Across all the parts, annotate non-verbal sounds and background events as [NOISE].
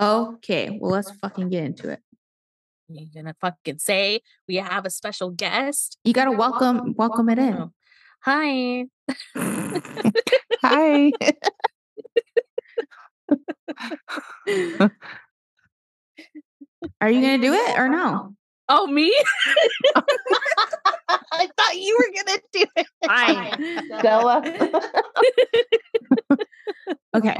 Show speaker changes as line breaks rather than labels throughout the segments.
Okay, well, let's fucking get into it.
You're gonna fucking say we have a special guest.
You gotta welcome welcome it in.
[LAUGHS] Oh, Hi.
Hi.
[LAUGHS] Are you gonna do it or no?
Oh, [LAUGHS] me?
I thought you were gonna do
[LAUGHS]
it.
Fine.
[LAUGHS]
Stella.
Okay.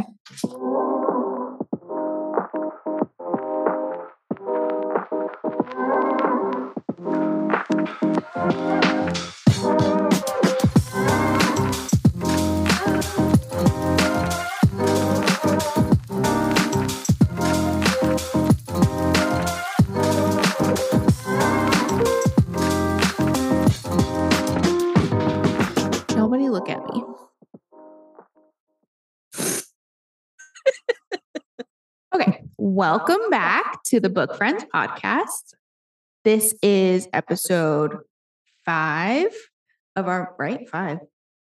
Nobody look at me. Okay, welcome back to the Book Friends podcast. This is episode five of our right five,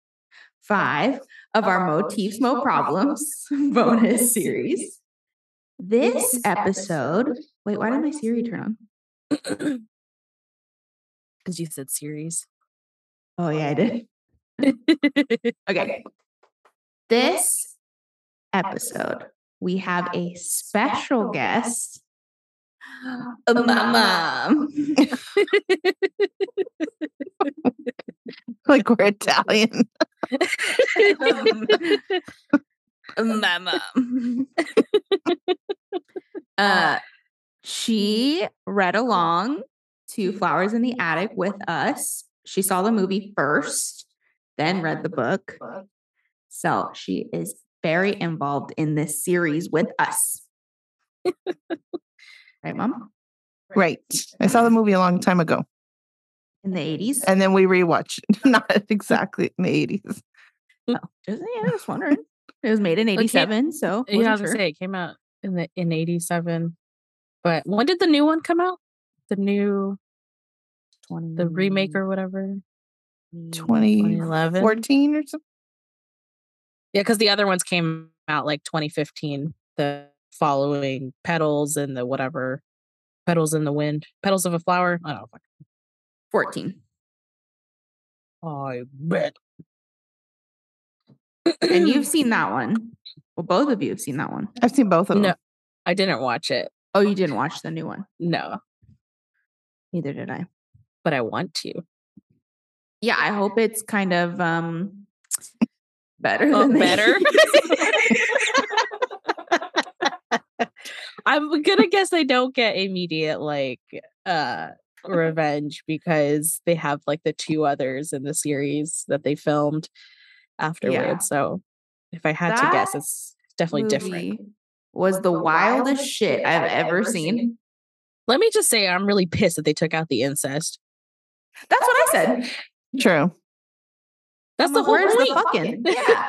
[LAUGHS]
five of our motifs, mo problems [LAUGHS] bonus series. This episode. Wait, why did my Siri turn on?
Because you said [LAUGHS] series.
Oh yeah, I did.
Yay.
Okay. This episode, we have a special guest. [GASPS] A mom. [LAUGHS]
like we're Italian.
Um, [LAUGHS] my [LAUGHS] mom. uh, she read along to Flowers in the Attic Mm-hmm. with us. She saw the movie first, then read the book. So she is very involved in this series with us. right, mom?
Right. I saw the movie a long time ago.
In the 80s?
And then we rewatched [LAUGHS] it. Not exactly in the eighties.
Just, yeah, just wondering. It was made in 87, so
yeah, I was
wasn't
gonna
sure.
say it came out in the in eighty seven. But when did the new one come out? The new the remake or whatever.
20
2011.
Fourteen or something.
Yeah, because the other ones came out like 2015, the following Petals and the whatever, Petals in the Wind, Petals of a Flower. I don't fucking
14.
I bet. [CLEARS THROAT]
And [CLEARS THROAT] you've seen that one. Well, both of you have seen that one.
I've seen both of them.
No, I didn't watch it.
Oh, you didn't watch the new one.
No,
Neither did I.
but I want to.
Yeah, I hope it's kind of [LAUGHS] um better
Oh,
than the- [LAUGHS]
better? I'm gonna guess they don't get immediate like
[LAUGHS]
uh revenge because they have like the two others in the series that they filmed afterwards. So if I had to guess,
That
it's definitely different.
Movie Was the wildest shit I've ever seen.
Let me just say I'm really pissed that they took out the incest.
That's what I said.
True.
That's the whole
Where's
point.
the [LAUGHS] fucking? Yeah.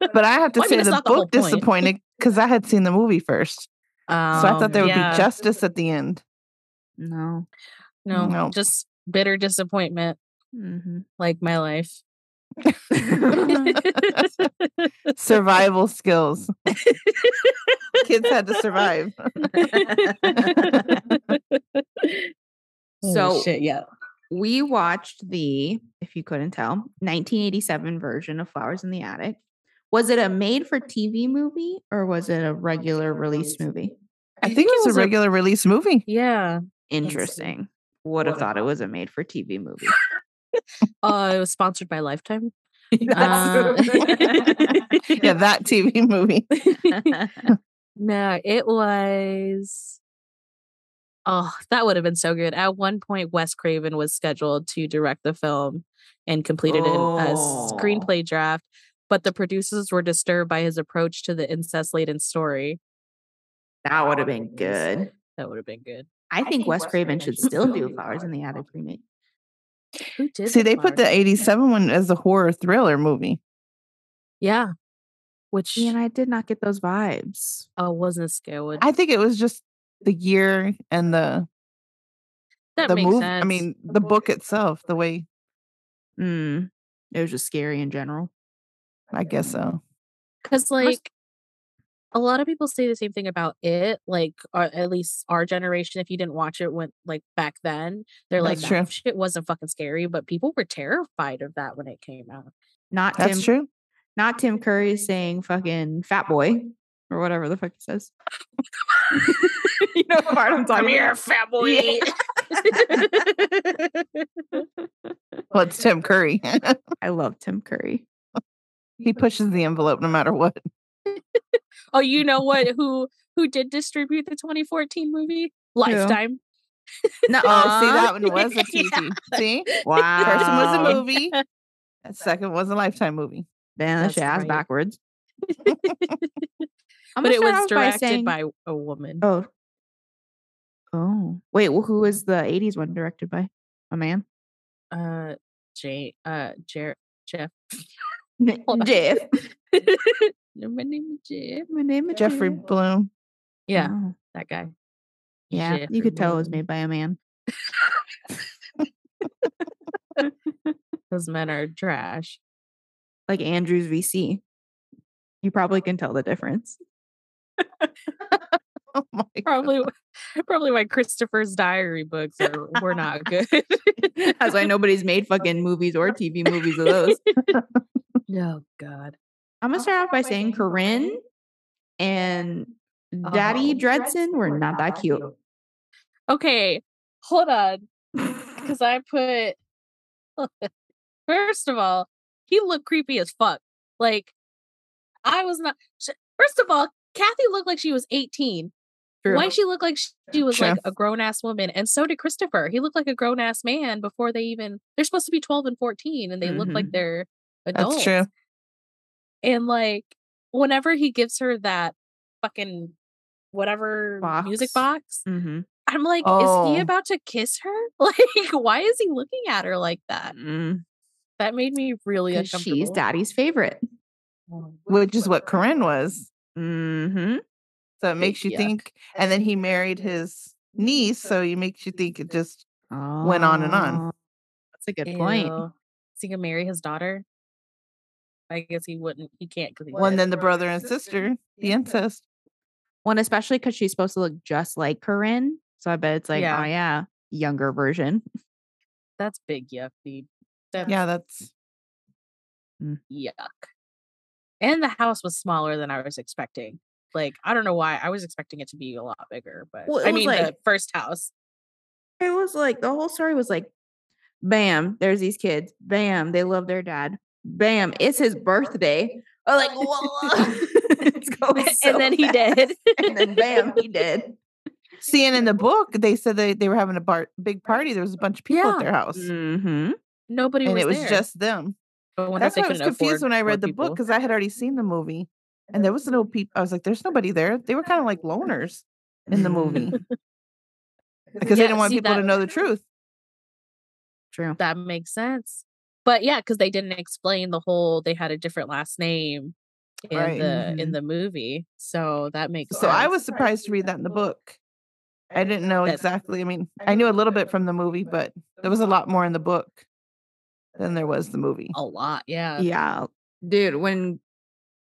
[LAUGHS] But I have to
Well, I
say
mean, it's
the
not the whole
book
point.
disappointed because I had seen the movie first. so I
Um,
thought there would
yeah.
be justice at the
[LAUGHS]
[LAUGHS]
end.
[LAUGHS] No.
no,
No.
just bitter disappointment
Mhm.
like my life. [LAUGHS]
Survival skills. Kids had to survive.
[LAUGHS] so
So-
shit, yeah.
We watched the, if you couldn't tell, 1987 version of Flowers in the Attic. Was it a made for TV movie or was it a regular release movie?
I think it was a regular release
[LAUGHS]
movie.
Yeah.
Interesting. Would have thought it was a made for TV [LAUGHS] movie.
Uh, it was sponsored by Lifetime. Uh,
That's-
[LAUGHS] Yeah, that TV movie.
[LAUGHS] no, it was. Oh, that would have been so good. At one point, Wes Craven was scheduled to direct the film and completed an, a
Oh.
screenplay draft, but the producers were disturbed by his approach to the incest laden story.
that would have been good.
That would have been good.
I think, Wes Craven should still do Flowers in the Attic remake.
Who did
See, they put the
Flowers?
87 one as a horror thriller movie.
yeah, which
And I did not get those vibes.
uh, wasn't scared.
I think it was just the year and the
that
the
makes
movie.
sense.
I mean, the book itself, the way
Mm, it was just scary in general.
I guess so.
because like a lot of people say the same thing about it like or at least our generation if you didn't watch it when like back then they're like
That's
that
true.
shit wasn't fucking scary but people were terrified of that when it came out [LAUGHS]
Not
That's
Tim,
true.
not Tim Curry saying fucking fat boy or whatever the fuck he says. you know what part I'm talking about?
fat
boy.
[LAUGHS] Well, it's Tim Curry. [LAUGHS]
I love Tim [LAUGHS] Curry.
he pushes the envelope no matter what. [LAUGHS]
oh you know what
[LAUGHS]
who who did distribute the 2014 movie lifetime
No,
Oh, see, that one was a
Yeah.
TV. See?
wow.
First one was a movie. The second was a lifetime movie.
Man, that
That's
shit ass [LAUGHS]
right.
backwards. I'm
but
gonna
it
start
was
off by
directed by,
saying-
a woman
Oh. Oh. Wait, well, who was the 80s one directed by? A man?
uh jay uh Jer- jeff Hold on.
Jeff.
No, my name is jeff
My name is
Jeffrey
Jeff.
Bloom. [LAUGHS]
yeah
Oh,
that guy
Yeah.
Jeffrey
you could tell it was
Bloom.
made by a man.
those men are trash
Like Andrew's VC. You probably can tell the difference. [LAUGHS]
Oh my God. [LAUGHS]
probably [LAUGHS] probably why christopher's diary books are were not good [LAUGHS]
That's [LAUGHS] why nobody's made fucking movies or TV movies of those.
oh god
I'm gonna start off by saying Corinne and
Oh,
Daddy Dredson were Uh-huh. not that cute.
okay hold on because I put [LAUGHS] first of all, he looked creepy as fuck. Like I was not. sh- First of all, Kathy looked like she was eighteen.
True.
Why she looked like sh- she was like
True.
a grown ass woman, and so did Christopher. He looked like a grown ass man before they even. They're supposed to be twelve and fourteen, and they look like they're adults.
That's true.
And like whenever he gives her that fucking whatever music box,
Mm-hmm.
I'm like, is he
Oh.
about to kiss her? [LAUGHS] Like, why is he looking at her like that? That made me really uncomfortable.
Mm-hmm,
Oh,
She's daddy's favorite.
Which is what Corinne was.
Mm-hmm.
So it makes you
yuck.
think. And then he married his niece. So it makes you think it just, Went on and on.
Oh, That's a good point.
Ew. Is he gonna marry his daughter? I guess he wouldn't. He can't because he.
well, and
dead.
then the brother and sister, the incest.
One, especially because she's supposed to look just like Corinne. So I bet it's like,
Yeah.
oh yeah, younger version.
That's big yuck, dude. That's
Yeah, that's
yuck. And the house was smaller than I was expecting. Like I don't know why I was expecting it to be a lot bigger, but
Well, it
I
was
mean the
like-
first house.
It was like the whole story was like, bam, there's these kids. Bam, they love their dad. Bam, it's his birthday. Or like, [LAUGHS] whoa,
[LAUGHS]
it's [LAUGHS] going so
Oh, uh, and then he did.
fast. [LAUGHS] and then bam, he did.
seeing in the book, they said they, they were having a bar- big party. There was a bunch of people
Yeah.
at their house.
Mm-hmm.
[LAUGHS] Nobody
and
was
it was
there.
just them.
But when
That's
they
why I was
couldn't afford
confused when I
more
read the book
people.
because I had already seen the movie, and there was no people. I was like, "There's nobody there." They were kind of like loners in the
[LAUGHS]
movie because
Yeah,
they didn't want
see,
people to
that-
know the
[LAUGHS]
truth.
True.
that makes sense. But yeah, because they didn't explain the whole they had a different last name in
Right.
the in the movie, so that makes
So I
sense.
was surprised to read that in the book. I didn't know
That-
exactly. I mean, I knew a little bit from the movie, but there was a lot more in the book than there was the movie.
a lot. Yeah,
Yeah, dude. When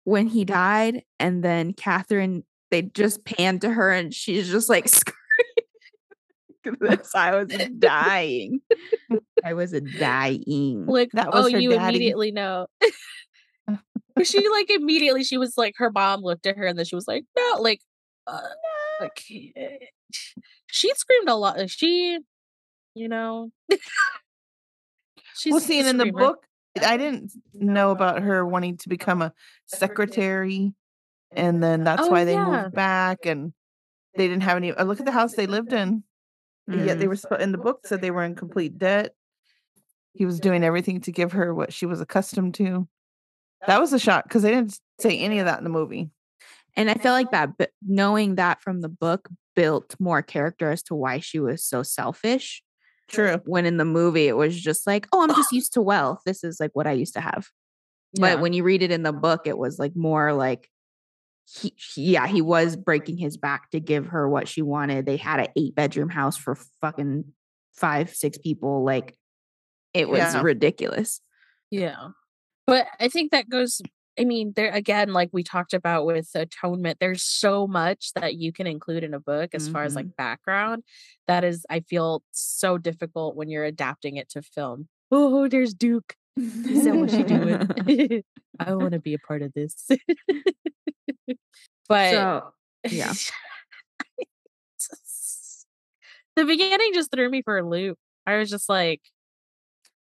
when he died, and then Catherine, they just panned to her, and she's just like [LAUGHS] screaming. 'Cause this, I
[LAUGHS]
was dying. I was dying.
like
That
oh,
was her
you
daddy.
immediately know. [LAUGHS]
[LAUGHS]
'Cause she like immediately she was like her mom looked at her and then she was like no like uh, like eh." she screamed a lot. Like, She, you know, [LAUGHS] she's
well, seeing
a
in the
screamer.
book, I didn't know about her wanting to become a secretary, and then that's
Oh,
why they
yeah.
moved back, and they didn't have any. uh, Look at the house they lived in. Yet
Mm.
they
Mm-hmm.
were spo- in the book said they were in complete debt. He was doing everything to give her what she was accustomed to. That was a shock because they didn't say any of that in the movie.
And I feel like that, but knowing that from the book built more character as to why she was so selfish.
True.
When in the movie, it was just like, oh, I'm
[LAUGHS]
just used to wealth. This is like what I used to have. But
Yeah.
when you read it in the book, it was like more like, he, he- yeah, he was breaking his back to give her what she wanted. They had an eight bedroom house for fucking five, six people. Like it was
Yeah.
ridiculous.
Yeah. But I think that goes I mean, there again, like we talked about with atonement, there's so much that you can include in a book as far as like background. That is, I feel so difficult when you're adapting it to film. Oh, there's Duke. Is that what
[LAUGHS]
she doing? [LAUGHS] I want to be a part of this. [LAUGHS] but [LAUGHS]
so yeah.
the beginning just threw me for a loop. I was just like,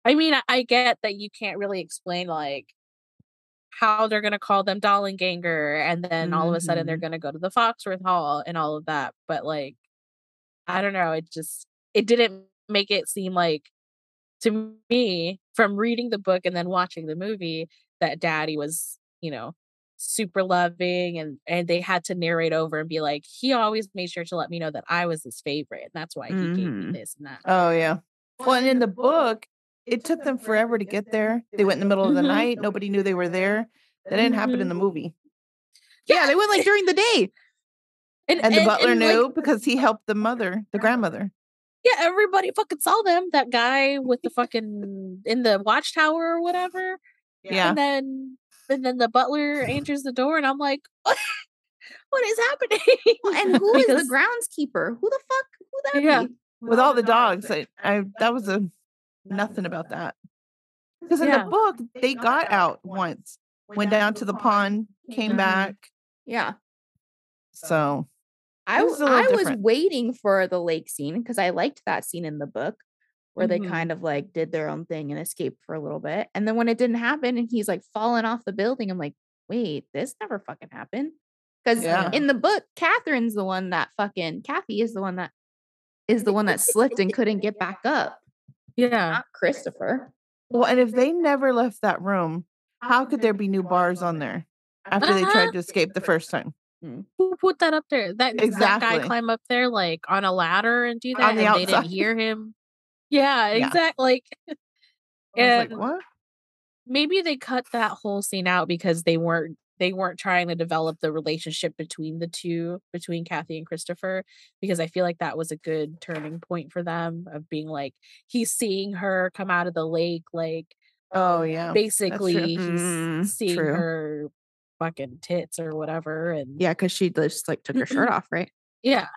I mean, I, I get that you can't really explain like how they're gonna call them Dollenganger, and then all of a sudden they're gonna go to the Foxworth Hall and all of that. But like, I don't know. It just it didn't make it seem like to me from reading the book and then watching the movie that Daddy was, you know, super loving and and they had to narrate over and be like he always made sure to let me know that i was his favorite and that's why he gave me
Mhm.
this and that
Oh yeah. Well, and in the book, it took them forever to get there. They went in the middle of the
Mhm.
night. Nobody knew they were there. That didn't happen
Mm-hmm.
in the movie.
yeah, they went like during the day.
eh, And the butler
and, like,
knew because he helped the mother, the grandmother.
yeah everybody fucking saw them that guy with the fucking in the watchtower or whatever
Yeah.
and then and then the butler answers the door and i'm like [LAUGHS] what is happening [LAUGHS]
Well, and who is
Because-
the groundskeeper? Who the fuck? Who that
Yeah.
be?
With all the dogs. I, I that was a nothing about that. Because in
Yeah.
the book, they got out once, went down to the pond, came
Mhm.
back.
Yeah.
So
I
was
was
a little
I was
different.
waiting for the lake scene because I liked that scene in the book where they
Mm-hmm.
Mhm.
kind of like did their own thing and escaped for a little bit. And then when it didn't happen and he's like falling off the building, I'm like, wait, this never fucking happened. Because
Yeah.
in the book, Catherine's the one that fucking Kathy is the one that is the one that slipped and couldn't get back
[LAUGHS]
up,
yeah
not Christopher.
well, and if they never left that room, how could there be new bars on there after they
Uh-huh.
tried [LAUGHS]
[LAUGHS]
to escape the first time?
who put that up there that, that
Exactly.
guy climb up there like on a ladder and do that
the
and they
outside.
didn't hear him yeah
Yeah.
exactly
[LAUGHS]
like
I was
And-
like, what?
maybe they cut that whole scene out because they weren't they weren't trying to develop the relationship between the two between Kathy and Christopher because I feel like that was a good turning point for them of being like he's seeing her come out of the lake like
Oh yeah. Mm-hmm.
basically he's
Mm,
seeing
true.
her fucking tits or whatever and
Yeah, because she just like took her shirt off, right?
yeah.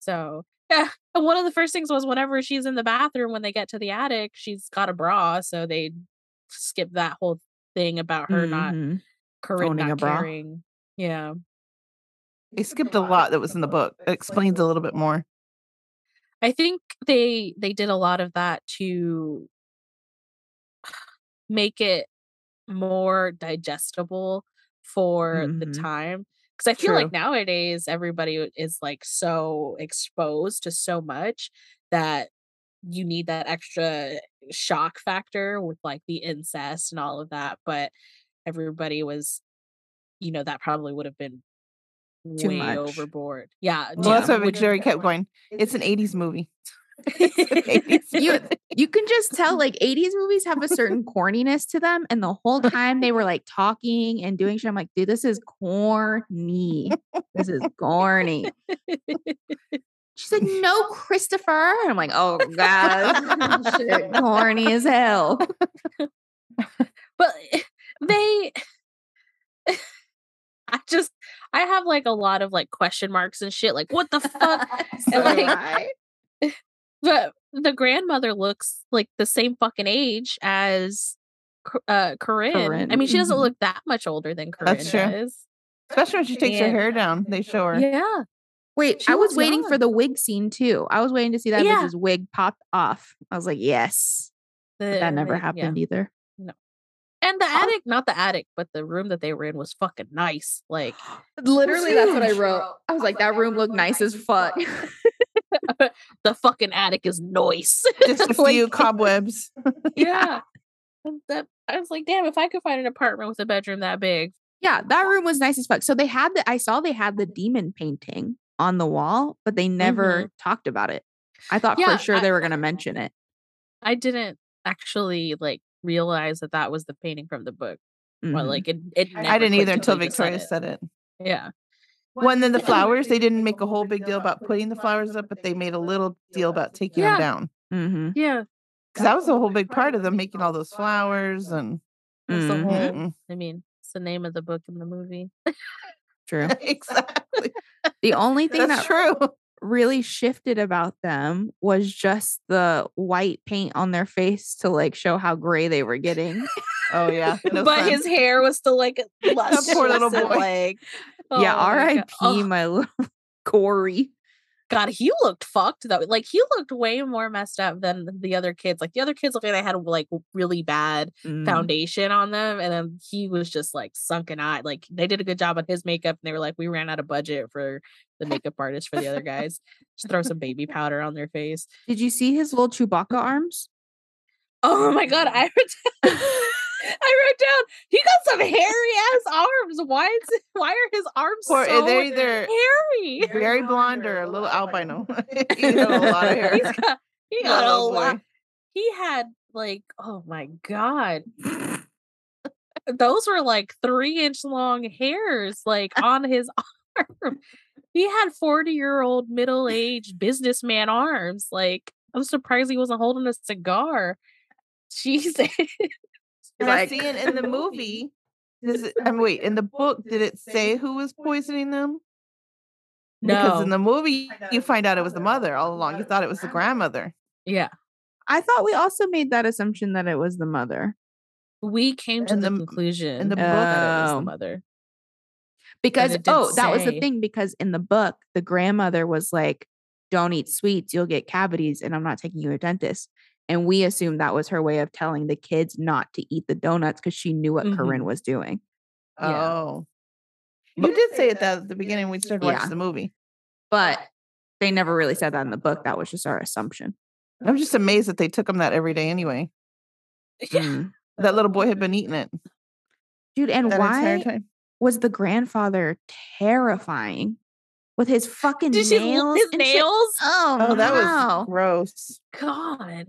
So yeah. [LAUGHS] And one of the first things was whenever she's in the bathroom, when they get to the attic, she's got a bra. So they skip that whole thing about her not
Mhm.
carri-
owning
not
a bra.
carrying. Yeah.
They skipped a lot that was in the book. It explains a little bit more.
I think they they did a lot of that to make it more digestible for the
Mhm.
time because I feel like
Mm-hmm. True.
nowadays everybody is like so exposed to so much that you need that extra shock factor with like the incest and all of that but everybody was you know that probably would have been
Too
way
much.
overboard yeah
Well, that's
yeah,
why
which-
Jerry kept
[LAUGHS]
going. [LAUGHS] It's an '80s movie. [LAUGHS]
you you can just tell like 80s movies have a [LAUGHS] certain corniness to them and the
[LAUGHS]
whole time they were like talking and doing shit i'm like dude this is corny this is corny she's like no christopher and i'm like oh god [LAUGHS] this shit corny as hell
but [LAUGHS] they [LAUGHS] i just i have like a lot of like question marks and shit like what
[LAUGHS]
the fuck
[LAUGHS]
So
like-
am I.
the the grandmother looks like the same fucking age as Cor- uh corinne, i
Corinne,
mean she doesn't
mhm.
look that much older than corinne
That's true.
does
Especially when she takes her
Yeah.
hair down. They show her.
yeah
wait
She
i was
was
waiting for
young.
the wig scene too i was waiting to see that
Yeah.
bitch's wig popped off i was like yes but
The-
that never
the- yeah.
happened Oh. either
and the attic not the attic but the room that they were in was fucking nice like
[GASPS] literally that's what i wrote i was like that room looked nice as fuck [LAUGHS]
the fucking attic is nice [LAUGHS]
Just a
Like-
few cobwebs.
yeah. And that- I was like, damn, if I could find an apartment with a bedroom that big.
Yeah, that room was nice as fuck. So they had the I saw they had the demon painting on the wall, but they never talked about it. I thought
Yeah,
for sure
I-
they were going to mention it.
I didn't actually like realize that that was the painting from the book. Or
Mhm.
like it, it never
Mm-hmm. I didn't
clicked
either until
you
Victoria
it.
said it.
Yeah.
Well, and then the flowers. They didn't make a whole big deal about putting the flowers up, but they made a little deal about taking
Yeah.
them down.
Mhm.
Yeah.
Because that was the whole big part of them making all those flowers and
That's the
Mhm.
whole
Mm-mm.
I mean, It's the name of the book in the movie.
[LAUGHS]
True.
exactly.
The only thing
That's
that
true.
really shifted about them was just the white paint on their face to like show how gray they were getting.
Oh yeah. No
but
fun.
his hair was
[LAUGHS]
still like lustrous
poor little
and,
boy. [LAUGHS]
Like, oh
yeah,
my
R.I.P.
God. Oh,
my [LAUGHS] little Corey.
God, he looked fucked though. Like he looked way more messed up than the other kids. Like the other kids looked like they had like really bad
Mm-hmm.
Mm.
foundation on them, and then he was just like sunken eye. Like they did a good job on his makeup, and they were like, we ran out of budget for the makeup artist for
[LAUGHS]
the other guys. Just throw some baby powder on their face.
Did you see his little Chewbacca arms?
Oh my god, I wrote
Mm-hmm.
[LAUGHS] down, I wrote down he got some hairy ass arms. Why is why are his arms
Or
so
they're either
hairy?
very blonde or a little albino. he had a lot of hair.
He's got,
[LAUGHS]
he got a
Little
lot.
boy.
He had like, oh my
[LAUGHS]
god. Those were like three inch long hairs
[LAUGHS]
like on his [LAUGHS] arm. He had 40 year old middle aged businessman arms. Like, I'm surprised he wasn't holding a cigar. [LAUGHS] Jesus.
And I see [LAUGHS] it in the movie. Does it, and wait, in the book, did it say who was poisoning them? Because in the movie, you find out it was the mother all along. You thought it was the grandmother.
Yeah.
I thought we also made that assumption that it was the mother
We came to
In
the,
the- in
conclusion
the
book-
that it was
Oh.
the mother.
because
it didn't
oh, that was the
say.
thing because in the book the grandmother was like, "Don't eat sweets, you'll get cavities, and I'm not taking you to a dentist." And we assumed that was her way of telling the kids not to eat the donuts because she knew what
Mhm.
Corinne was doing.
Yeah.
Oh. You did say it that at the beginning when we started
Yeah.
watching the movie.
But they never really said that in the book. That was just our assumption.
I'm just amazed that they took him that every day anyway.
Mm.
That little boy had been eating it
Dude, and
that entire
why
time.
was the grandfather terrifying with his fucking
Did she l-
nails?
his
and shit?
nails?
Oh,
Oh, that
wow.
was gross.
God.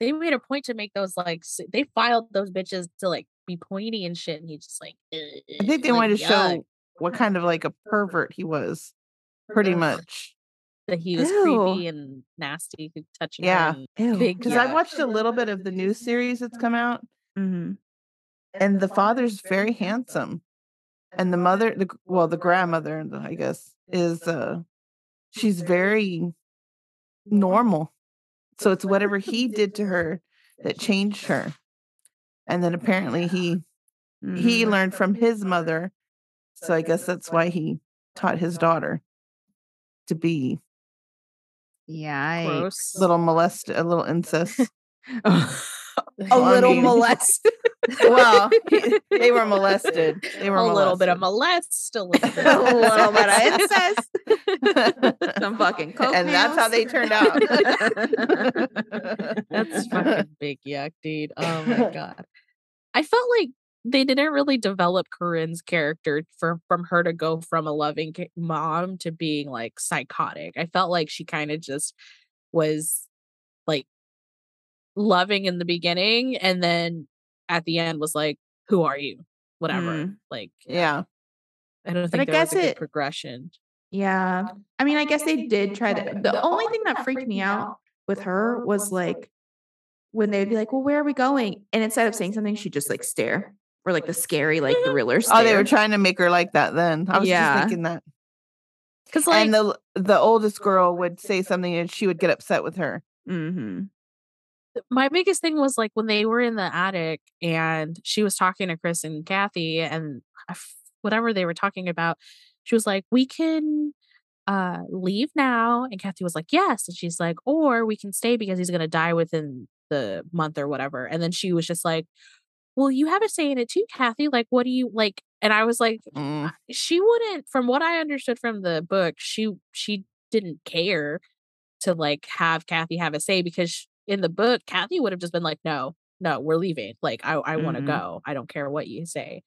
They made a point to make those like s- they filed those bitches to like be pointy and shit, and he just like.
I think they
like,
wanted to
yuck,
show what kind of like a pervert he was, pretty much.
that he was creepy and nasty, could touch her
Yeah.
and-
Ew.
Big-
Because
Yeah.
I've watched a little bit of the new series that's come out,
Mhm.
and the father's very handsome, and the mother, the gr- well, the grandmother, I guess, is uh, she's very normal. So it's whatever he did to her that changed her, and then apparently he he
Hmm.
Mhm.
learned from his mother. So I guess that's why he taught his daughter to be
Yikes.
gross. [LAUGHS]
little [LAUGHS] molest, a little incest.
[LAUGHS] a
Well, I
little
mean-
molest. [LAUGHS]
well, [LAUGHS] they were molested. They were
a little bit of
molested.
molest, a
[LAUGHS]
little bit
a little
of
bit of
incest.
incest. [LAUGHS] Some fucking coke
and that's how
nails.
they turned out.
[LAUGHS]
That's fucking big yuck, dude. Oh my god. I felt like they didn't really develop Corinne's character from from her to go from a loving ki- mom to being like psychotic. I felt like she kind of just was like loving in the beginning and then at the end was like who are you? Whatever.
Mm.
Like
[LAUGHS] yeah.
I don't
But
think
I
there was
guess
a good
it-
progression.
Yeah. I mean, Um, I guess they did try to. The only thing that freaked me out with her was like when they would be like, well, where are we going? And instead of saying something, she'd just like stare or like the scary, like the thriller stare.
Oh, they were trying to make her like that then. I was
Yeah.
just thinking that.
Cuz like
and the the oldest girl would say something and she would get upset with her.
Mhm.
my biggest thing was like when they were in the attic and she was talking to Chris and Kathy and I f- whatever they were talking about, she was like, "We can uh leave now." And Kathy was like, "Yes." And she's like, "Or we can stay because he's going to die within the month or whatever." And then she was just like, "Well, you have a say in it too, Kathy. Like, what do you like?" And I was like,
Mm.
she wouldn't from what i understood from the book she she didn't care to like have kathy have a say because sh- in the book kathy would have just been like no no we're leaving like i, I want to
Mhm.
go i don't care what you say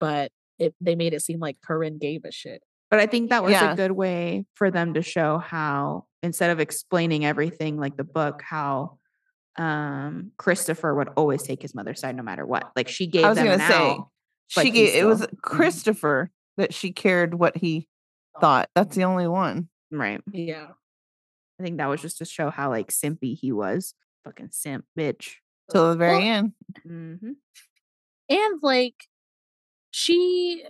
but it, they made it seem like corinne gave a shit
But I think that was
Yeah.
a good way for them to show how, instead of explaining everything like the book, how um Christopher would always take his mother's side no matter what. Like she gave
I was
them
gonna
an
say
out. but
she
he
gave, it was
still- Mm-hmm.
Christopher that she cared what he thought. That's the only one.
Right.
yeah
I think that was just to show how like simpy he was. Fucking simp bitch.
Till the very
Well,
end.
Mm-hmm.
and like she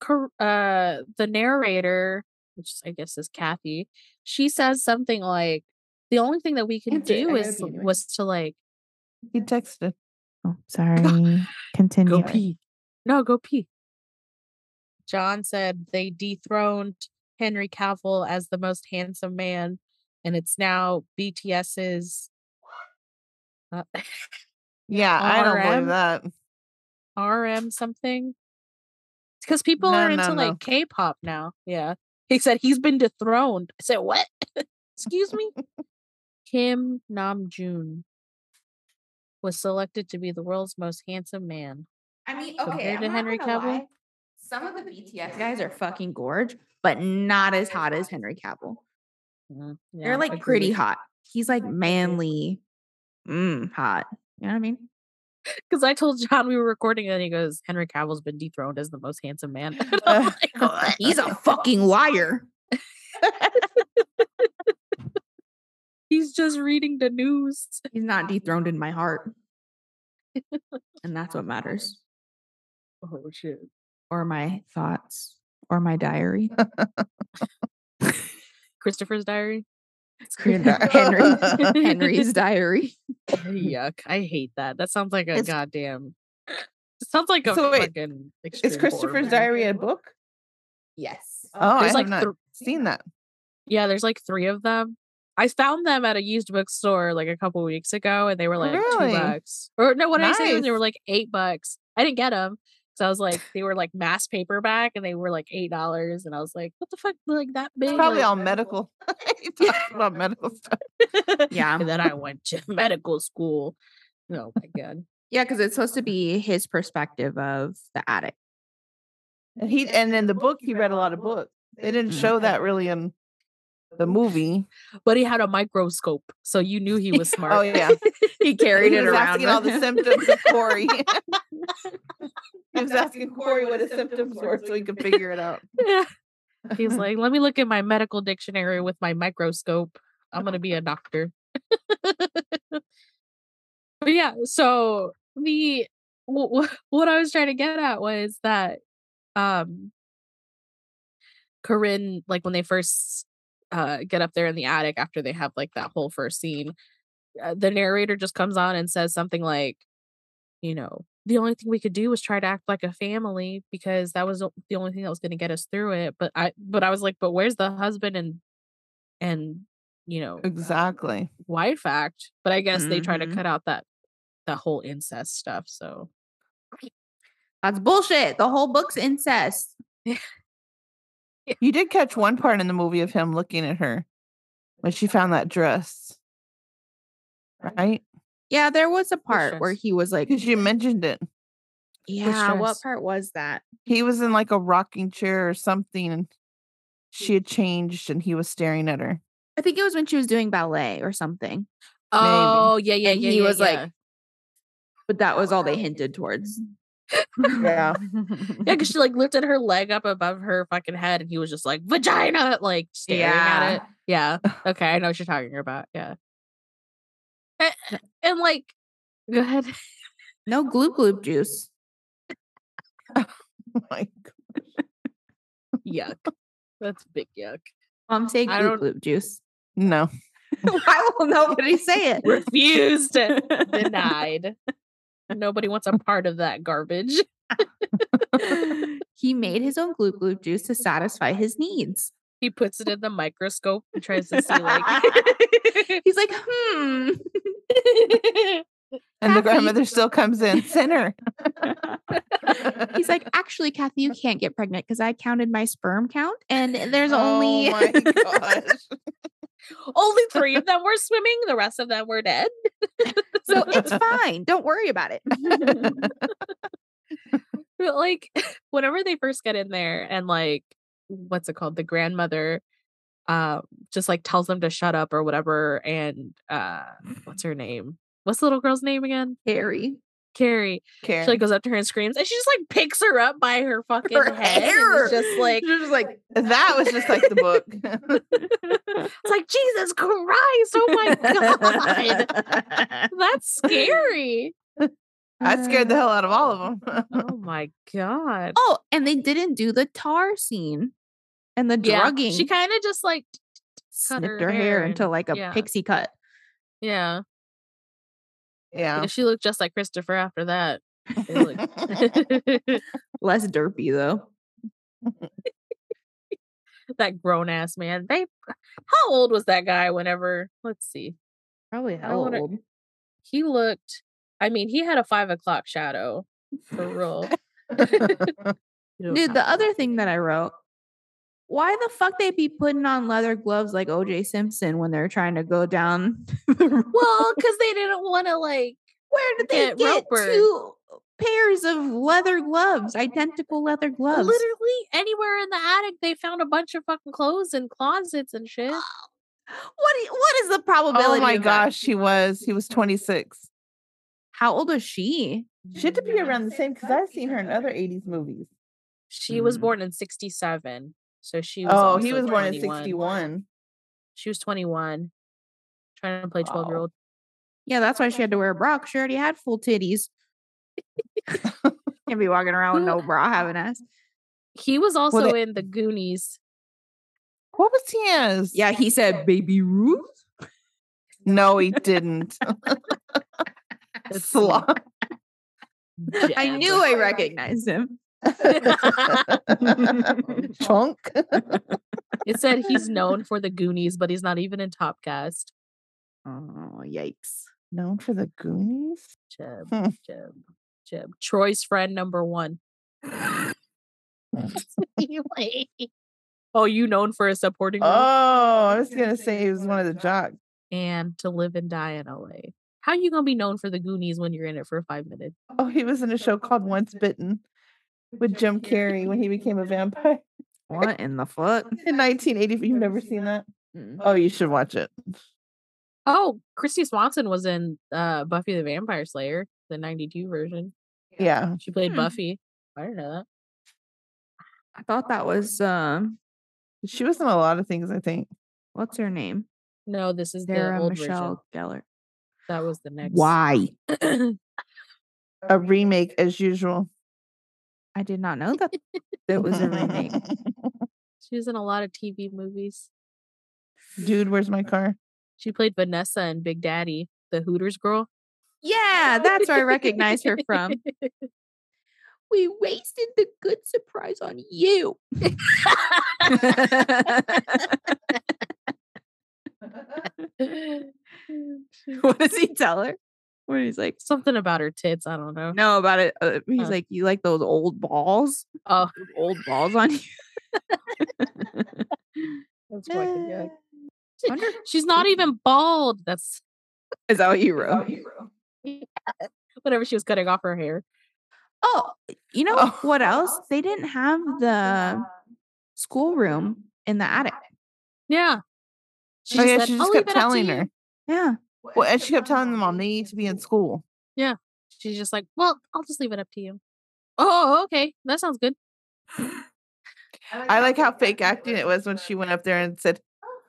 cor- uh the narrator which i guess is kathy she says something like the only thing that we can
Answer it. I
do
know
is
what you mean.
was to like
He texted. [LAUGHS]
Oh, sorry. Continue.
No, go pee. John said they dethroned Henry Cavill as the most handsome man, and it's now BTS's uh, [LAUGHS]
Yeah, I don't
RM?
believe
[LAUGHS]
that.
RM something. Because people
No,
are
no, no.
into like K-pop now. Yeah, he said he's been dethroned. I said what? [LAUGHS] Excuse me. Kim Namjoon was selected to be the world's most handsome man.
I mean,
Compared
okay, I'm
to
not
Henry
gonna
Cavill?
lie, Some of the BTS guys are fucking gorge, but not as hot as Henry Cavill.
Mm, yeah,
They're like pretty hot. He's like manly, mm, hot. You know what I mean?
Because I told John we were recording, and he goes, "Henry Cavill's been dethroned as the most handsome man." [LAUGHS] And
[LAUGHS]
I'm like, "What?"
He's a fucking liar.
He's just reading the news.
He's not dethroned in my heart. And that's what matters.
Oh shit!
Or my thoughts or my [LAUGHS] diary.
[LAUGHS]
Christopher's diary.
[LAUGHS] Henry [LAUGHS] Henry's diary.
[LAUGHS] Yuck! I hate that. That sounds like a
It's-
goddamn. It sounds like a
So wait,
fucking.
[LAUGHS] Is
extreme horror
Christopher's
movie.
Diary a book?
[LAUGHS] Yes.
Oh, I
There's
have
like
not
thr-
seen that.
yeah, there's like three of them. I found them at a used bookstore like a couple weeks ago, and they were like
Really?
two bucks. Or no, what did I say? They were
Nice.
like eight bucks. I didn't get them, so I was like, they were like mass paperback, and they were like eight dollars, and I was like, what the fuck, like that
[LAUGHS]
big?
It's probably
Like-
all medical. [LAUGHS] He talks about medical stuff.
[LAUGHS]
Yeah.
and then I went to [LAUGHS] medical school. Oh my god.
[LAUGHS] Yeah, because it's supposed to be his perspective of the addict.
And he and in the book he read a lot of books. They didn't
Mhm.
show that really in the movie.
But he had a microscope, so you knew he was smart.
[LAUGHS] Oh
[LAUGHS]
yeah.
He carried
he
it
was
around.
asking all
with
the
him.
symptoms of [LAUGHS] Corey. he was asking Corey what his symptoms were so he could figure it out.
yeah.
[LAUGHS]
He's like, let me look at my medical dictionary with my microscope. I'm gonna be a doctor. [LAUGHS] but yeah, so the wh- wh- [LAUGHS] what I was trying to get at was that um Corinne, like when they first uh get up there in the attic after they have like that whole first scene, uh, the narrator just comes on and says something like, you know, the only thing we could do was try to act like a family because that was o- the only thing that was going to get us through it. But I, but I was like, but where's the husband and and you know
Exactly.
wife act? But I guess they try to
Mhm.
cut out that that whole incest stuff. So
That's bullshit. The whole book's incest.
You did catch one part in the movie of him looking at her when she found that dress. Right?
Yeah, there was a part where
stress?
he was [LAUGHS] like,
Because you mentioned it.
"Yeah, what
stress?
part was that?"
He was in like a rocking chair or something and she had changed and he was staring at her.
I think it was when she was doing ballet or something.
oh yeah yeah
And
yeah
he
yeah,
was like,
yeah.
But that was all they hinted towards. [LAUGHS]
Yeah.
yeah because she like lifted her leg up above her fucking head and he was just like vagina like staring at it. [LAUGHS] Yeah. Okay, I know what you're talking about. Yeah. And, and, like, go ahead.
No glue glue juice.
Like,
[LAUGHS] Yuck. That's big yuck.
Mom say
I
glue
don't-
glue juice. [LAUGHS]
[LAUGHS] no.
Why will nobody say it?
[LAUGHS] Refused. [LAUGHS] Denied. [LAUGHS] Nobody wants a part of that [LAUGHS] garbage.
he made his own glue glue juice to satisfy his needs.
He puts it in the microscope and tries to see like
[LAUGHS]
[LAUGHS]
He's like, hmm. [LAUGHS]
And the
Kathy.
grandmother still comes in, [LAUGHS] sinner. [LAUGHS]
He's like, actually, Kathy, you can't get pregnant because I counted my sperm count and there's only
Oh my [LAUGHS] gosh.
only three of them were swimming, the rest of them were dead.
so [LAUGHS] it's fine. Don't worry about it.
[LAUGHS] But like whenever they first get in there and like what's it called? The grandmother uh just like tells them to shut up or whatever and uh what's her name? What's the little girl's name again?
Harry.
Carrie. She like goes up to her and screams and she just like picks her up
[LAUGHS]
by her fucking
Her
head. And
hair.
it's just
[LAUGHS]
like
You're just like,
that was just like the book. [LAUGHS]
it's like
[LAUGHS]
Jesus [LAUGHS] Christ. Oh my god. That's scary.
I scared the hell out of all [LAUGHS] of them.
oh my god.
Oh, and they didn't do the tar scene and the drugging.
She kind of just like cut
snipped
her
her,
hair
hair
and-
into like a
yeah.
pixie cut.
yeah.
yeah.
If She looked just like Christopher after that.
[LAUGHS]
Like-
Less derpy though.
[LAUGHS] that grown ass man. They how old was that guy whenever let's see.
Probably
I wonder- He looked I mean, he had a five o'clock shadow
[LAUGHS]
for real.
Dude, the other thing that I wrote. Why the fuck they be putting on leather gloves like OJ Simpson when they're trying to go down [LAUGHS] the road?
[LAUGHS] Well, because they didn't want to like
Where did they
Get
get,
Roper.
two pairs of leather gloves, identical leather gloves?
literally anywhere in the attic they found a bunch of fucking clothes and closets and
[GASPS]
shit.
What i- what is the probability?
[LAUGHS] oh my
of that?
gosh, he was. He was 26.
How old was she?
She had to be around the same because I've seen her in other 80s movies.
She was
Mm.
born in sixty seven. So she was
Oh, he
also
was born
21.
in 61.
She was twenty one. Trying to play twelve year
Wow.
old.
Yeah, that's why she had to wear a bra. 'cause She already had full titties. Can't be walking around with
Who-
no bra, having ass.
He was also
they-
in the Goonies. [LAUGHS]
What was he as?
Yeah, he said, "Baby Ruth."
[LAUGHS] No, he didn't.
Let's
[LAUGHS]
see.
Sloth.
I
Jeb.
knew I recognized him.
Chunk.
It said he's known for the Goonies, but he's not even in Top Cast.
Oh yikes!
[LAUGHS]
[LAUGHS]
Known for the [LAUGHS] Goonies?
Jeb,
Hmm.
Jeb, Jeb. Troy's friend number one.
[LAUGHS]
oh, you known for a supporting role
Oh, I was gonna say he was one of the jocks.
and to live and die in LA. How you gonna be known for the Goonies when you're in it for five minutes?
Oh, he was in a show called Once Bitten with Jim Carrey when he became a vampire [LAUGHS]
What in the fuck?
in 1980. You've never seen that?
Mm.
Oh, you should watch it.
Oh, Christy Swanson was in uh, Buffy the Vampire Slayer, the '92 version.
Yeah.
She played
Hmm.
Buffy. I don't know that.
I thought that was um,
She was in a lot of things, I think.
what's her name?
No, this is the
Sarah
old version.
Michelle Gellar.
That was the next.
Why?
A remake as usual.
I did not know [LAUGHS] that that was a
[LAUGHS]
remake. [LAUGHS]
She was in a lot of TV movies.
Dude, where's my car?
She played Vanessa in Big Daddy, the Hooters girl.
Yeah, that's where I recognized her
[LAUGHS]
from. [LAUGHS] We wasted the good surprise on [LAUGHS] you. [LAUGHS] what does he tell her? When he's like,
Something about her tits. I don't know.
no about it. Uh, he's
Huh.
like, you like those old balls?
Oh,
Those old balls on [LAUGHS] you?
that's
uh,
fucking good.
Wonder-
She's not even bald. That's
[LAUGHS]
[LAUGHS]
Is that what you wrote?
whenever she was cutting off her hair.
Oh, you know
Oh.
what else? They didn't have the schoolroom in the attic.
Yeah. She
oh, yeah,
said,
she
"I'll
just
leave
kept
it up to
telling
you."
her.
Yeah.
Well, and she kept telling them all, they need to be in school.
She's just like, well, I'll just leave it up to you. Oh, okay. That sounds good.
I like how
[LAUGHS]
fake acting it was when she went up there and said,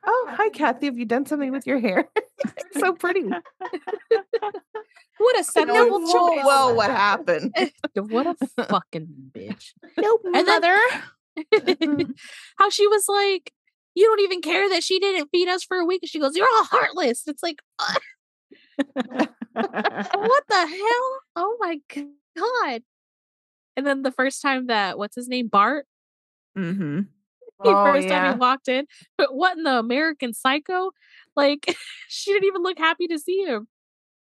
Oh, hi, Kathy. Have you done something with your hair? it's so
[LAUGHS]
pretty.
What a
[LAUGHS] And knowing full
sensible choice.
Well, what
[LAUGHS]
happened?
what a fucking bitch.
Nope.
And then-
Mm-hmm. [LAUGHS]
[LAUGHS] How she was like, you don't even care that she didn't feed us for a week. And she goes, you're all heartless. It's like,
[LAUGHS]
what what the hell? Oh my god. And then the first time that what's his name Bart,
mm-hmm.
the
Oh,
first time
yeah.
he walked in, but what in the American Psycho? Like [LAUGHS] she didn't even look happy to see him.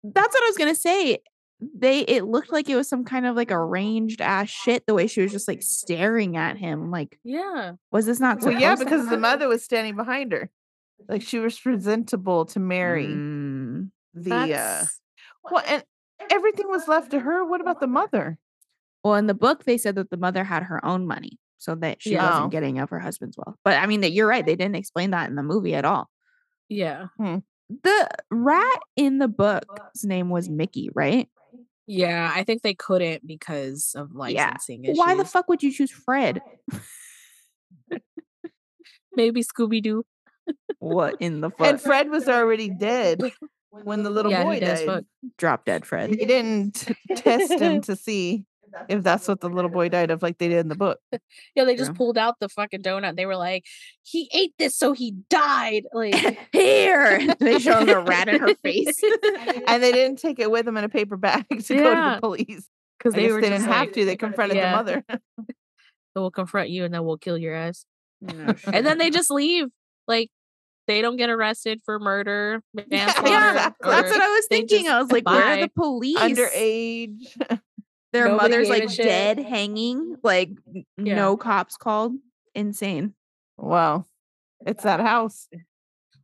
That's what I was gonna say. They it looked like it was some kind of like arranged ass shit the way she was just like staring at him. Like,
Yeah,
was this not
Well, yeah,
supposed to
because the
happen?
mother was standing behind her. Like she was presentable to Mary.
Mm,
The uh, well, and everything was left to her. What about the mother?
well, in the book they said that the mother had her own money, so that she
Yeah.
wasn't getting of her husband's wealth. But I mean that you're right, they didn't explain that in the movie at all.
yeah,
The rat in the book's name was Mickey, right?
yeah. I think they couldn't because of licensing issues.
Why the fuck would you choose Fred?
maybe Scooby Doo?
What in the fuck?
[LAUGHS] And Fred was already dead when the little
yeah, he
boy
does
died.
fuck-
Drop dead
They
Fred.
didn't t- test him to see if that's what the little boy died of, like they did in the book.
Yeah, they just
True.
pulled out the fucking donut. They were like, he ate this, so he
[LAUGHS]
died. [LAUGHS] Like,
[LAUGHS] Here. They show him the rat in her [LAUGHS] face.
And they didn't take it with them in a paper bag [LAUGHS] to go to
Yeah.
the police. I guess
because
They,
they were
didn't
just
have
like,
to. They confronted
Yeah.
the mother. [LAUGHS]
we'll confront you and then we'll kill your ass.
No shit.
And
[LAUGHS]
then they just leave. Like, they don't get arrested for
[LAUGHS]
murder, manslaughter.
yeah,
exactly.
that's what I was
they
thinking.
just
I was like, where are
buy
the police?
Underage.
Their
Nobody
mother's
gave a
like
shit.
dead, hanging. Like n-
Yeah.
no cops called. Insane.
Wow. It's that house.
[LAUGHS]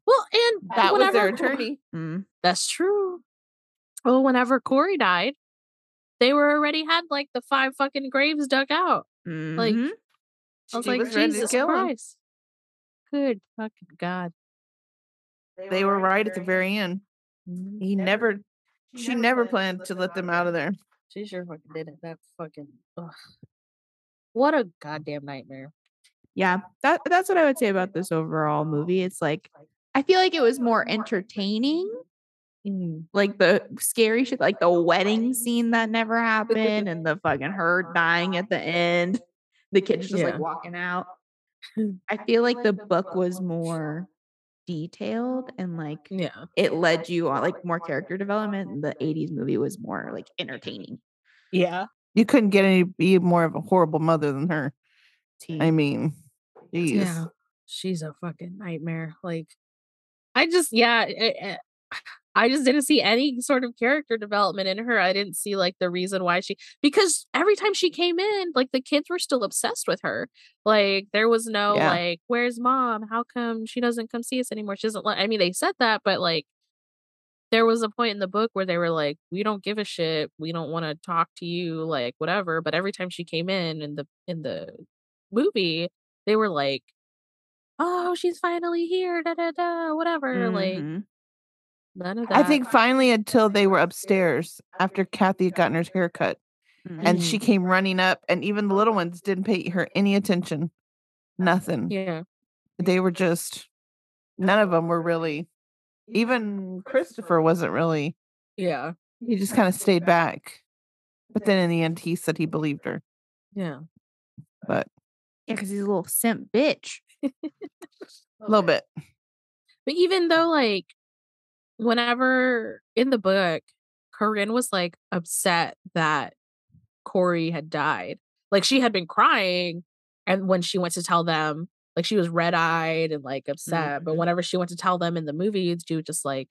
Well, and
That was their
whenever [LAUGHS] Cor-
attorney.
Mm.
That's true. Well, whenever Corey died, they were already had like the five fucking graves dug out. Like,
Mhm.
I was
She
like,
was ready to
Jesus
kill him."
Christ. Good fucking God.
They were right at the very end.
Mm-hmm.
He never, she never planned to let them out of there.
She sure fucking did it. That fucking ugh. What a goddamn nightmare.
yeah, that that's what I would say about this overall movie. It's like I feel like it was more entertaining.
Mm,
Like the scary shit, like the wedding scene that never happened, and the fucking her dying at the end. The kid's just
Yeah.
like walking
[LAUGHS]
out. I feel like the book was more detailed and like
Yeah.
it led you on like more character development. and The 80s movie was more like entertaining.
Yeah.
You couldn't get any be more of a horrible mother than her. I mean, geez.
Yeah. She's a fucking nightmare. Like, I just, yeah. I- I- [SIGHS] I just didn't see any sort of character development in her. I didn't see like the reason why she, because every time she came in, like the kids were still obsessed with her. Like, there was no,
Yeah.
like, where's mom? How come she doesn't come see us anymore? She doesn't, let-" I mean, they said that, but like, there was a point in the book where they were like, "We don't give a shit. We don't want to talk to you, like whatever." But every time she came in in the in the movie, they were like, "Oh, she's finally here, da da da, whatever." Like
Mhm.
none of that.
Mm-hmm. I think finally until they were upstairs after Kathy had gotten her hair cut
Mhm.
and
Mm.
she came running up and even the little ones didn't pay her any attention. Nothing.
yeah,
They were just none of them were really even Christopher wasn't really
yeah,
he just kind of stayed back. But then in the end he said he believed her.
yeah.
But
yeah, because he's a little simp bitch.
a little bit.
But even though, like, whenever in the book, Corinne was like upset that Corey had died, like, she had been crying. And when she went to tell them, like, she was red eyed and like upset.
Mm-hmm.
But whenever she went to tell them in the movie, she was just like,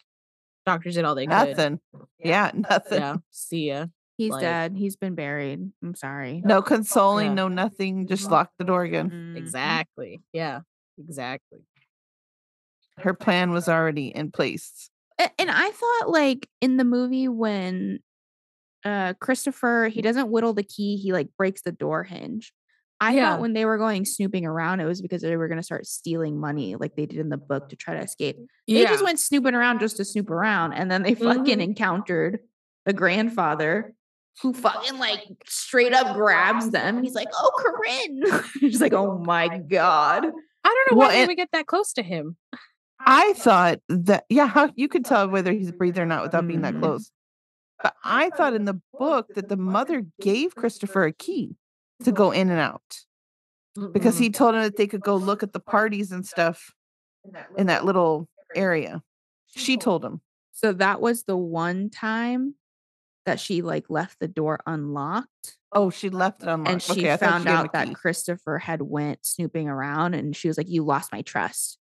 doctors did all they could.
Nothing. Yeah, [LAUGHS] nothing.
Yeah. See ya.
He's
Like-
dead. He's been buried. I'm sorry.
No consoling,
Yeah. Mm-hmm.
no nothing. Just lock the door again.
Mhm.
Exactly. Yeah. Exactly.
Her plan was already in place.
A- And I thought like in the movie when uh Christopher he doesn't whittle the key, he like breaks the door hinge. I
Yeah.
thought when they were going snooping around, it was because they were going to start stealing money like they did in the book to try to escape. They just went snooping around just to snoop around, and then they [LAUGHS] fucking
Mhm.
encountered the grandfather who fucking like straight up grabs them. He's like, "Oh, Corinne!" [LAUGHS] She's like, "Oh my god!"
I don't know why
Well,
they
and-
would get that close to him.
I thought that yeah, how you could tell whether he's breathing or not without being that
Mhm.
close. But I thought in the book that the mother gave Christopher a key to go in and out because
Mm-mm.
he told him that they could go look at the parties and stuff in that little area. She told him.
So that was the one time that she like left the door unlocked.
Oh, she left it unlocked.
and she
Okay, I thought
found
gave him
out
a
that
key. Oh,
Christopher had went snooping around and she was like you lost my trust.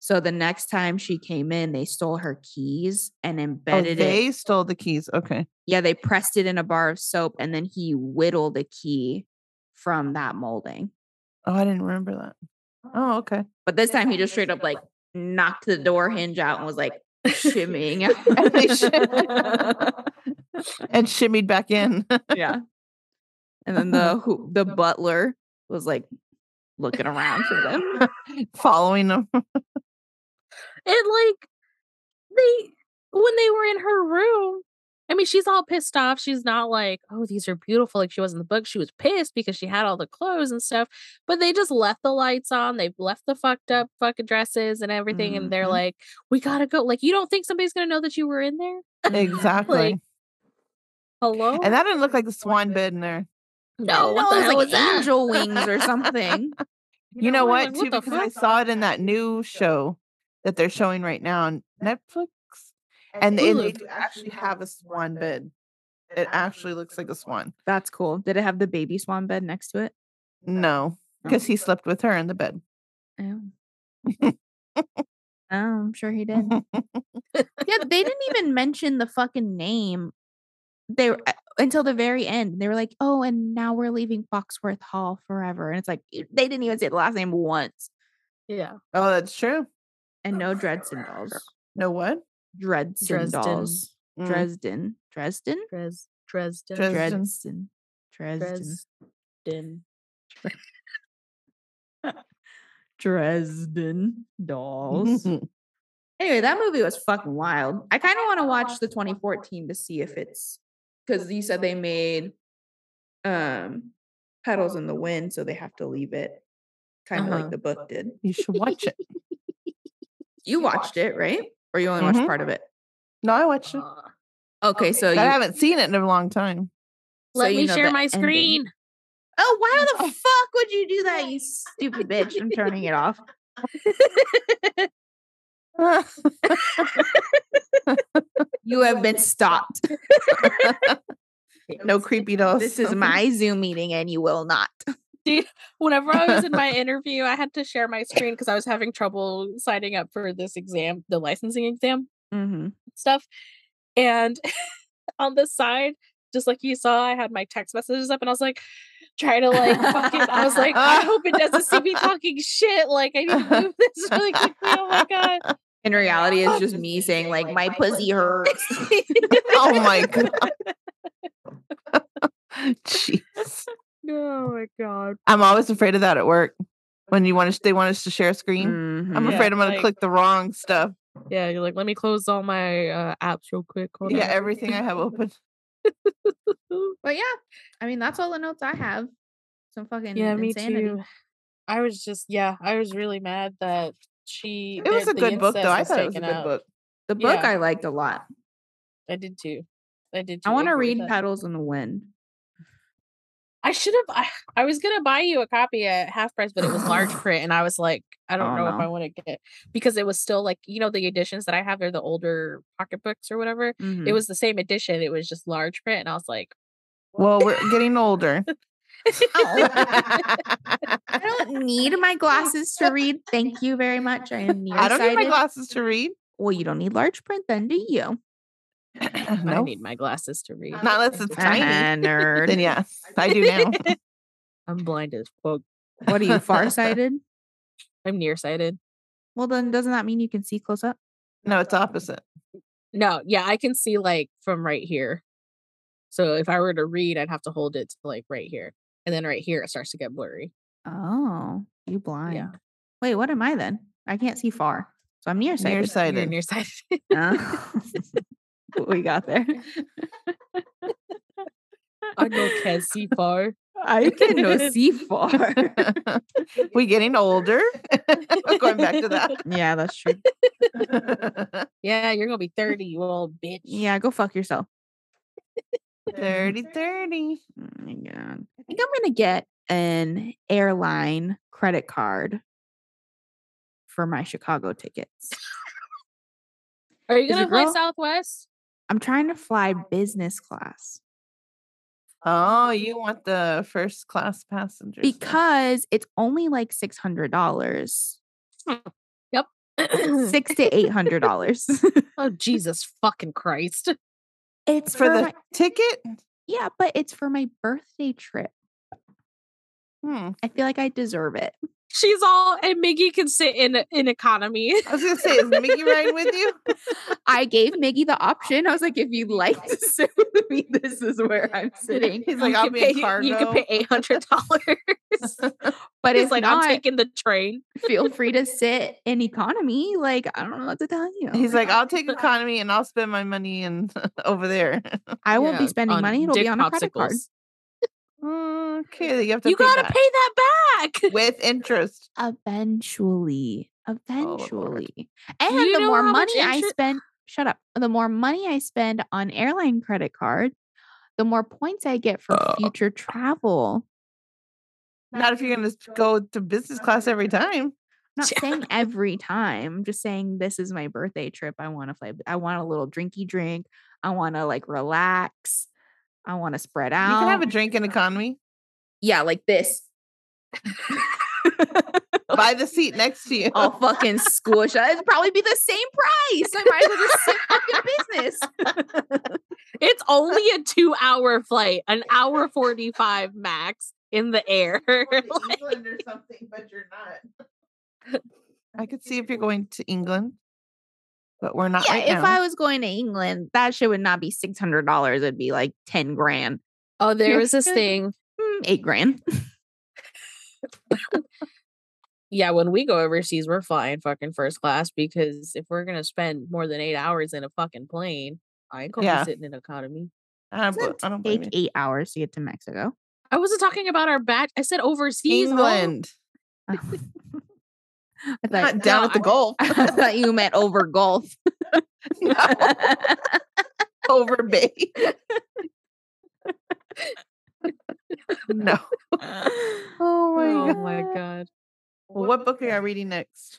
So the next time she came in they stole her keys and
oh,
embedded it.
they stole the keys. Okay.
Yeah, they pressed it in a bar of soap and then he whittled a key from that molding.
Oh, I didn't remember that. Oh, okay. [LAUGHS]
But this time he just straight up like knocked the door hinge out and was like
[LAUGHS]
shimmying
And they shim-
out.
[LAUGHS] and shimmied back in. [LAUGHS]
yeah. And then
[LAUGHS]
the who, the butler was like looking around for
[LAUGHS]
them.
following them.
And like they when they were in her room, I mean, she's all pissed off. She's not like, oh, these are beautiful. Like she was in the book. She was pissed because she had all the clothes and stuff. But they just left the lights on. They've left the fucked up fucking dresses and everything. And they're
Mhm.
like, we gotta go. Like, you don't think somebody's gonna know that you were in there?
Exactly.
Like, Hello?
and that didn't look like the swan bed in there.
No,
no, what the
it's
hell
like
was that?
angel wings or
[LAUGHS]
something.
You know
I'm
what?
like,
Too
the
because I
fuck?
saw it in that new show that they're showing right now on Netflix, and they, and they
Hulu.
do actually have a swan bed. It actually looks like a swan.
That's cool. Did it have the baby swan bed next to it?
No, because he slept with her in the bed.
Oh. Oh, I'm sure he did. yeah, they didn't even mention the fucking name. They were, uh, until the very end. They were like, "Oh, and now we're leaving Foxworth Hall forever." And it's like y- they didn't even say the last name once.
Yeah.
[LAUGHS] oh, that's true.
And no Dresden dolls.
No, what?
Dresden,
Dresden.
dolls.
Mm,
Dresden. Dresden.
Dres- Dresden.
Dres-
Dresden. Dresden.
Dresden.
Dresden
[LAUGHS]
dolls.
Mm.
Anyway, that movie was fucking wild. I kind of want to watch the 2014 to see if it's because you said they made um Petals in the Wind, so they have to leave it kind of
Uh-huh.
like the book did.
you should watch it.
You watched it, right? Or you only watched
Mhm.
part of it?
No, I watched it.
Uh,
Okay, so
I
you.
haven't seen it in a long time. [LAUGHS]
so
let
you
me
know
share
the
my
ending.
screen.
Oh, why the fuck would you do that, you stupid bitch? I'm turning it off. You have [LAUGHS] been stopped.
no creepy dolls.
This is my Zoom meeting, and you will not.
Whenever I was in [LAUGHS] my interview, I had to share my screen because I was having trouble signing up for this exam, the licensing exam
Mm-hmm.
stuff. And [LAUGHS] on the side, just like you saw, I had my text messages up and I was like, trying to like fucking, I was like, I hope it doesn't see [LAUGHS] me talking shit. Like, I need to [LAUGHS] move this really quickly. Oh my God.
In reality, [LAUGHS] it's just me saying like my pussy [LAUGHS] hurts.
[LAUGHS]
[LAUGHS]
oh my god. [LAUGHS] Jeez.
Oh my God.
I'm always afraid of that at work. When you want us, they want us to share a screen. I'm
Mhm.
Yeah,
afraid I'm gonna
like-
click the wrong stuff.
Yeah. You're like, let me close all my uh, apps real quick. Hold
Yeah,
on.
everything I have
[LAUGHS]
open.
But yeah, I mean that's all the notes I have. Some fucking
yeah me
insanity.
too i was just yeah i was really mad that she
It was
that
a
the
good book
incest
though. I thought it was a
taken
good
out. [LAUGHS]
book.
The book
Yeah.
I liked a lot.
i did too i did too
I want to
agree with
read
that.
Petals in the Wind.
i should have I, I was gonna buy you a copy at half price but it
[SIGHS]
was large print and i was like i don't
Oh,
know if i
no.
want to get it because it was still like you know the editions that i have are the older pocketbooks or whatever it
Mm.
Mhm.
was the same edition it was just large print and i was like
Well, we're getting
[LAUGHS]
older. [LAUGHS] Oh.
I
I
don't need my glasses to read. Thank you very much. [LAUGHS] I am nearsighted.
don't need my glasses to read.
Well, you don't need large print then, do [LAUGHS] you?
[CLEARS THROAT] i
no,
need my glasses to read
Not unless it's
I'm-
tiny.
Uh-huh, nerd.
then
[LAUGHS]
yes, I do now.
i'm blind as fuck
[LAUGHS] What [LAUGHS] are you farsighted?
i'm nearsighted
Well, then doesn't that mean you can see close up?
No, it's
[LAUGHS]
opposite.
No, yeah, I can see like from right here. So if I were to read, I'd have to hold it to like right here. And then right here it starts to get blurry.
Oh, you blind. Wait, what am I then? I can't see far, so I'm nearsighted.
You're
Nearsighted.
nearsighted.
[LAUGHS] Oh. we got there.
I know can't see far.
[LAUGHS] I can no see far.
[LAUGHS]
[LAUGHS]
we getting older. [LAUGHS] I'm going back to
yeah, that's true.
[LAUGHS]
that. [LAUGHS]
Yeah, you're gonna be 30, you old bitch.
Yeah, go fuck yourself.
30 30.
Oh my God. I think I'm gonna get an airline credit card for my Chicago tickets.
Are you
Is
gonna
it
fly
girl?
Southwest?
I'm trying to fly business class
Oh, you want the first class passengers? then.
because it's only like six hundred [LAUGHS] dollars, Hmm.
[CLEARS THROAT] oh
six to eight hundred dollars. [LAUGHS]
Jesus fucking Christ. [LAUGHS]
it's
for the
my,
ticket?
yeah, but it's for my birthday trip.
Hmm.
I feel like I deserve it.
She's all and Miggy can sit in in economy.
I was gonna say, is Mickey riding with you?
I gave Miggy the option. I was like, if you'd like to [LAUGHS] sit with me, this is where I'm [LAUGHS] sitting.
He's like,
you
I'll
can
be
pay,
in cargo.
You can pay eight
[LAUGHS]
hundred dollars.
But
[LAUGHS] He's
if
like,
not,
I'm taking the train.
feel free to sit in economy. Like, I don't know what to tell you.
He's like, I'll take economy and I'll spend my money in [LAUGHS] over there.
I won't be
Yeah,
spending
on
money. It'll be
dick
on a credit card.
popsicles.
Okay, you have to.
You
pay
gotta
back
pay that back.
with interest.
Eventually,
Lord.
eventually. and
You
the
know
more
how much
money I
inter-
spend, shut up. The more money I spend on airline credit card, the more points I get for
Oh.
future travel.
Not if you're gonna go to business class every time.
not saying every time. I'm just saying this is my birthday trip. I want to play. I want a little drinky drink. I want to like relax. I want to spread out.
You can have a drink in economy.
yeah, like this.
Buy the seat next to you. [LAUGHS]
[LAUGHS] I'll fucking squish. it. It'd probably be the same price. I might as well just sit fucking business.
[LAUGHS] It's only a two hour flight, an hour 45 max in the air. [LAUGHS] Like,
England or something, but you're not. I could see if [LAUGHS] you're going to England, but we're [LAUGHS] not
Yeah,
right
if
now.
I was going to England, that shit would not be six hundred dollars. It'd be like ten grand,
oh, there was this thing.
Mm, eight grand.
Yeah, when we go overseas, we're flying fucking first class because if we're gonna spend more than eight hours in a fucking plane, I ain't gonna
Yeah.
be sitting in economy.
I,
Doesn't
don't, bl- I don't blame
Take
you.
eight hours to get to
[LAUGHS]
Mexico. [LAUGHS]
I wasn't talking about our batch. I said overseas. oh.
England,
Oh. [LAUGHS] I thought-
not down
no,
at the
I-
Gulf, [LAUGHS]
I thought you meant over golf. [LAUGHS]
No, over Bay. [LAUGHS] no. Oh my
Oh
god.
my [LAUGHS] god.
Well, what book are I reading next?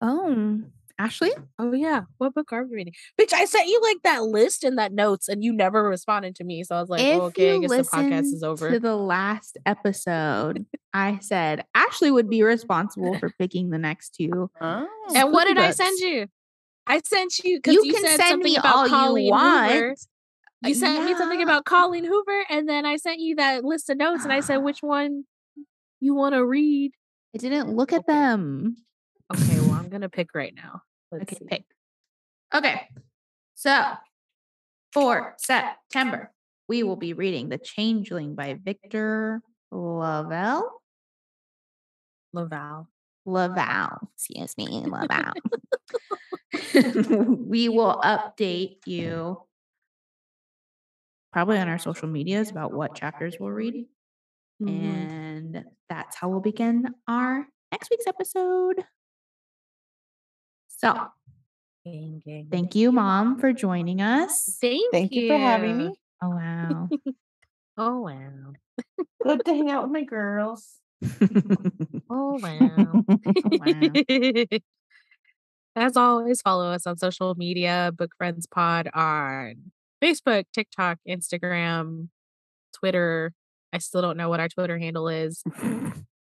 Oh, Ashley?
Oh yeah. What book are we reading? Bitch, I sent you like that list and that notes and you never responded to me. So I was like,
if
oh, okay, I
you
guess the podcast is
listen
over.
to the last [LAUGHS] episode, I said Ashley would be responsible for picking the next two.
Oh,
And what
Spooky
did I send
Books.
you? I sent you because
You,
you,
can
said
send
something
me
about
all
Colleen
you want. Uh,
Hoover. You sent me something
Yeah.
about Colleen Hoover, and then I sent you that list of notes, and I said which one you want to read.
I didn't look at
Okay.
them.
Okay, well I'm gonna pick right now. Let's
Okay,
see.
pick. Okay. So for September, we will be reading The Changeling by Victor Lovell.
Laval.
Laval. Excuse me, [LAUGHS] Laval. we will update you probably on our social medias about what chapters we'll read. Mm-hmm.
Mhm.
And that's how we'll begin our next week's episode. So
Gang, gang.
thank you, Mom, for joining [LAUGHS] us.
Thank,
Thank you for having me.
Oh, wow.
Oh wow.
Good to hang out with my girls.
[LAUGHS]
Oh wow.
[LAUGHS]
wow.
[LAUGHS] As always, follow us on social media, Book Friends Pod on Facebook, TikTok, Instagram, Twitter. I still don't know what our Twitter handle
[LAUGHS]
is.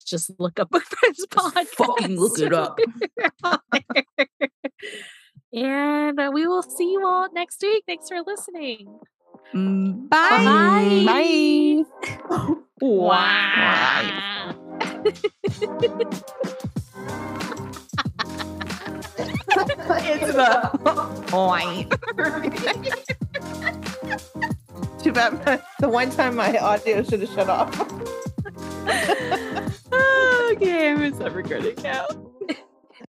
Just look up Book Friends Pod.
fucking look it up.
[LAUGHS] and uh, we will see you all next week. Thanks for listening.
Mm,
Bye.
Bye.
Wow.
[LAUGHS]
It's the point.
Too bad my, the one time my audio [LAUGHS]
[LAUGHS]
should have shut off.
okay, I'm gonna stop recording now.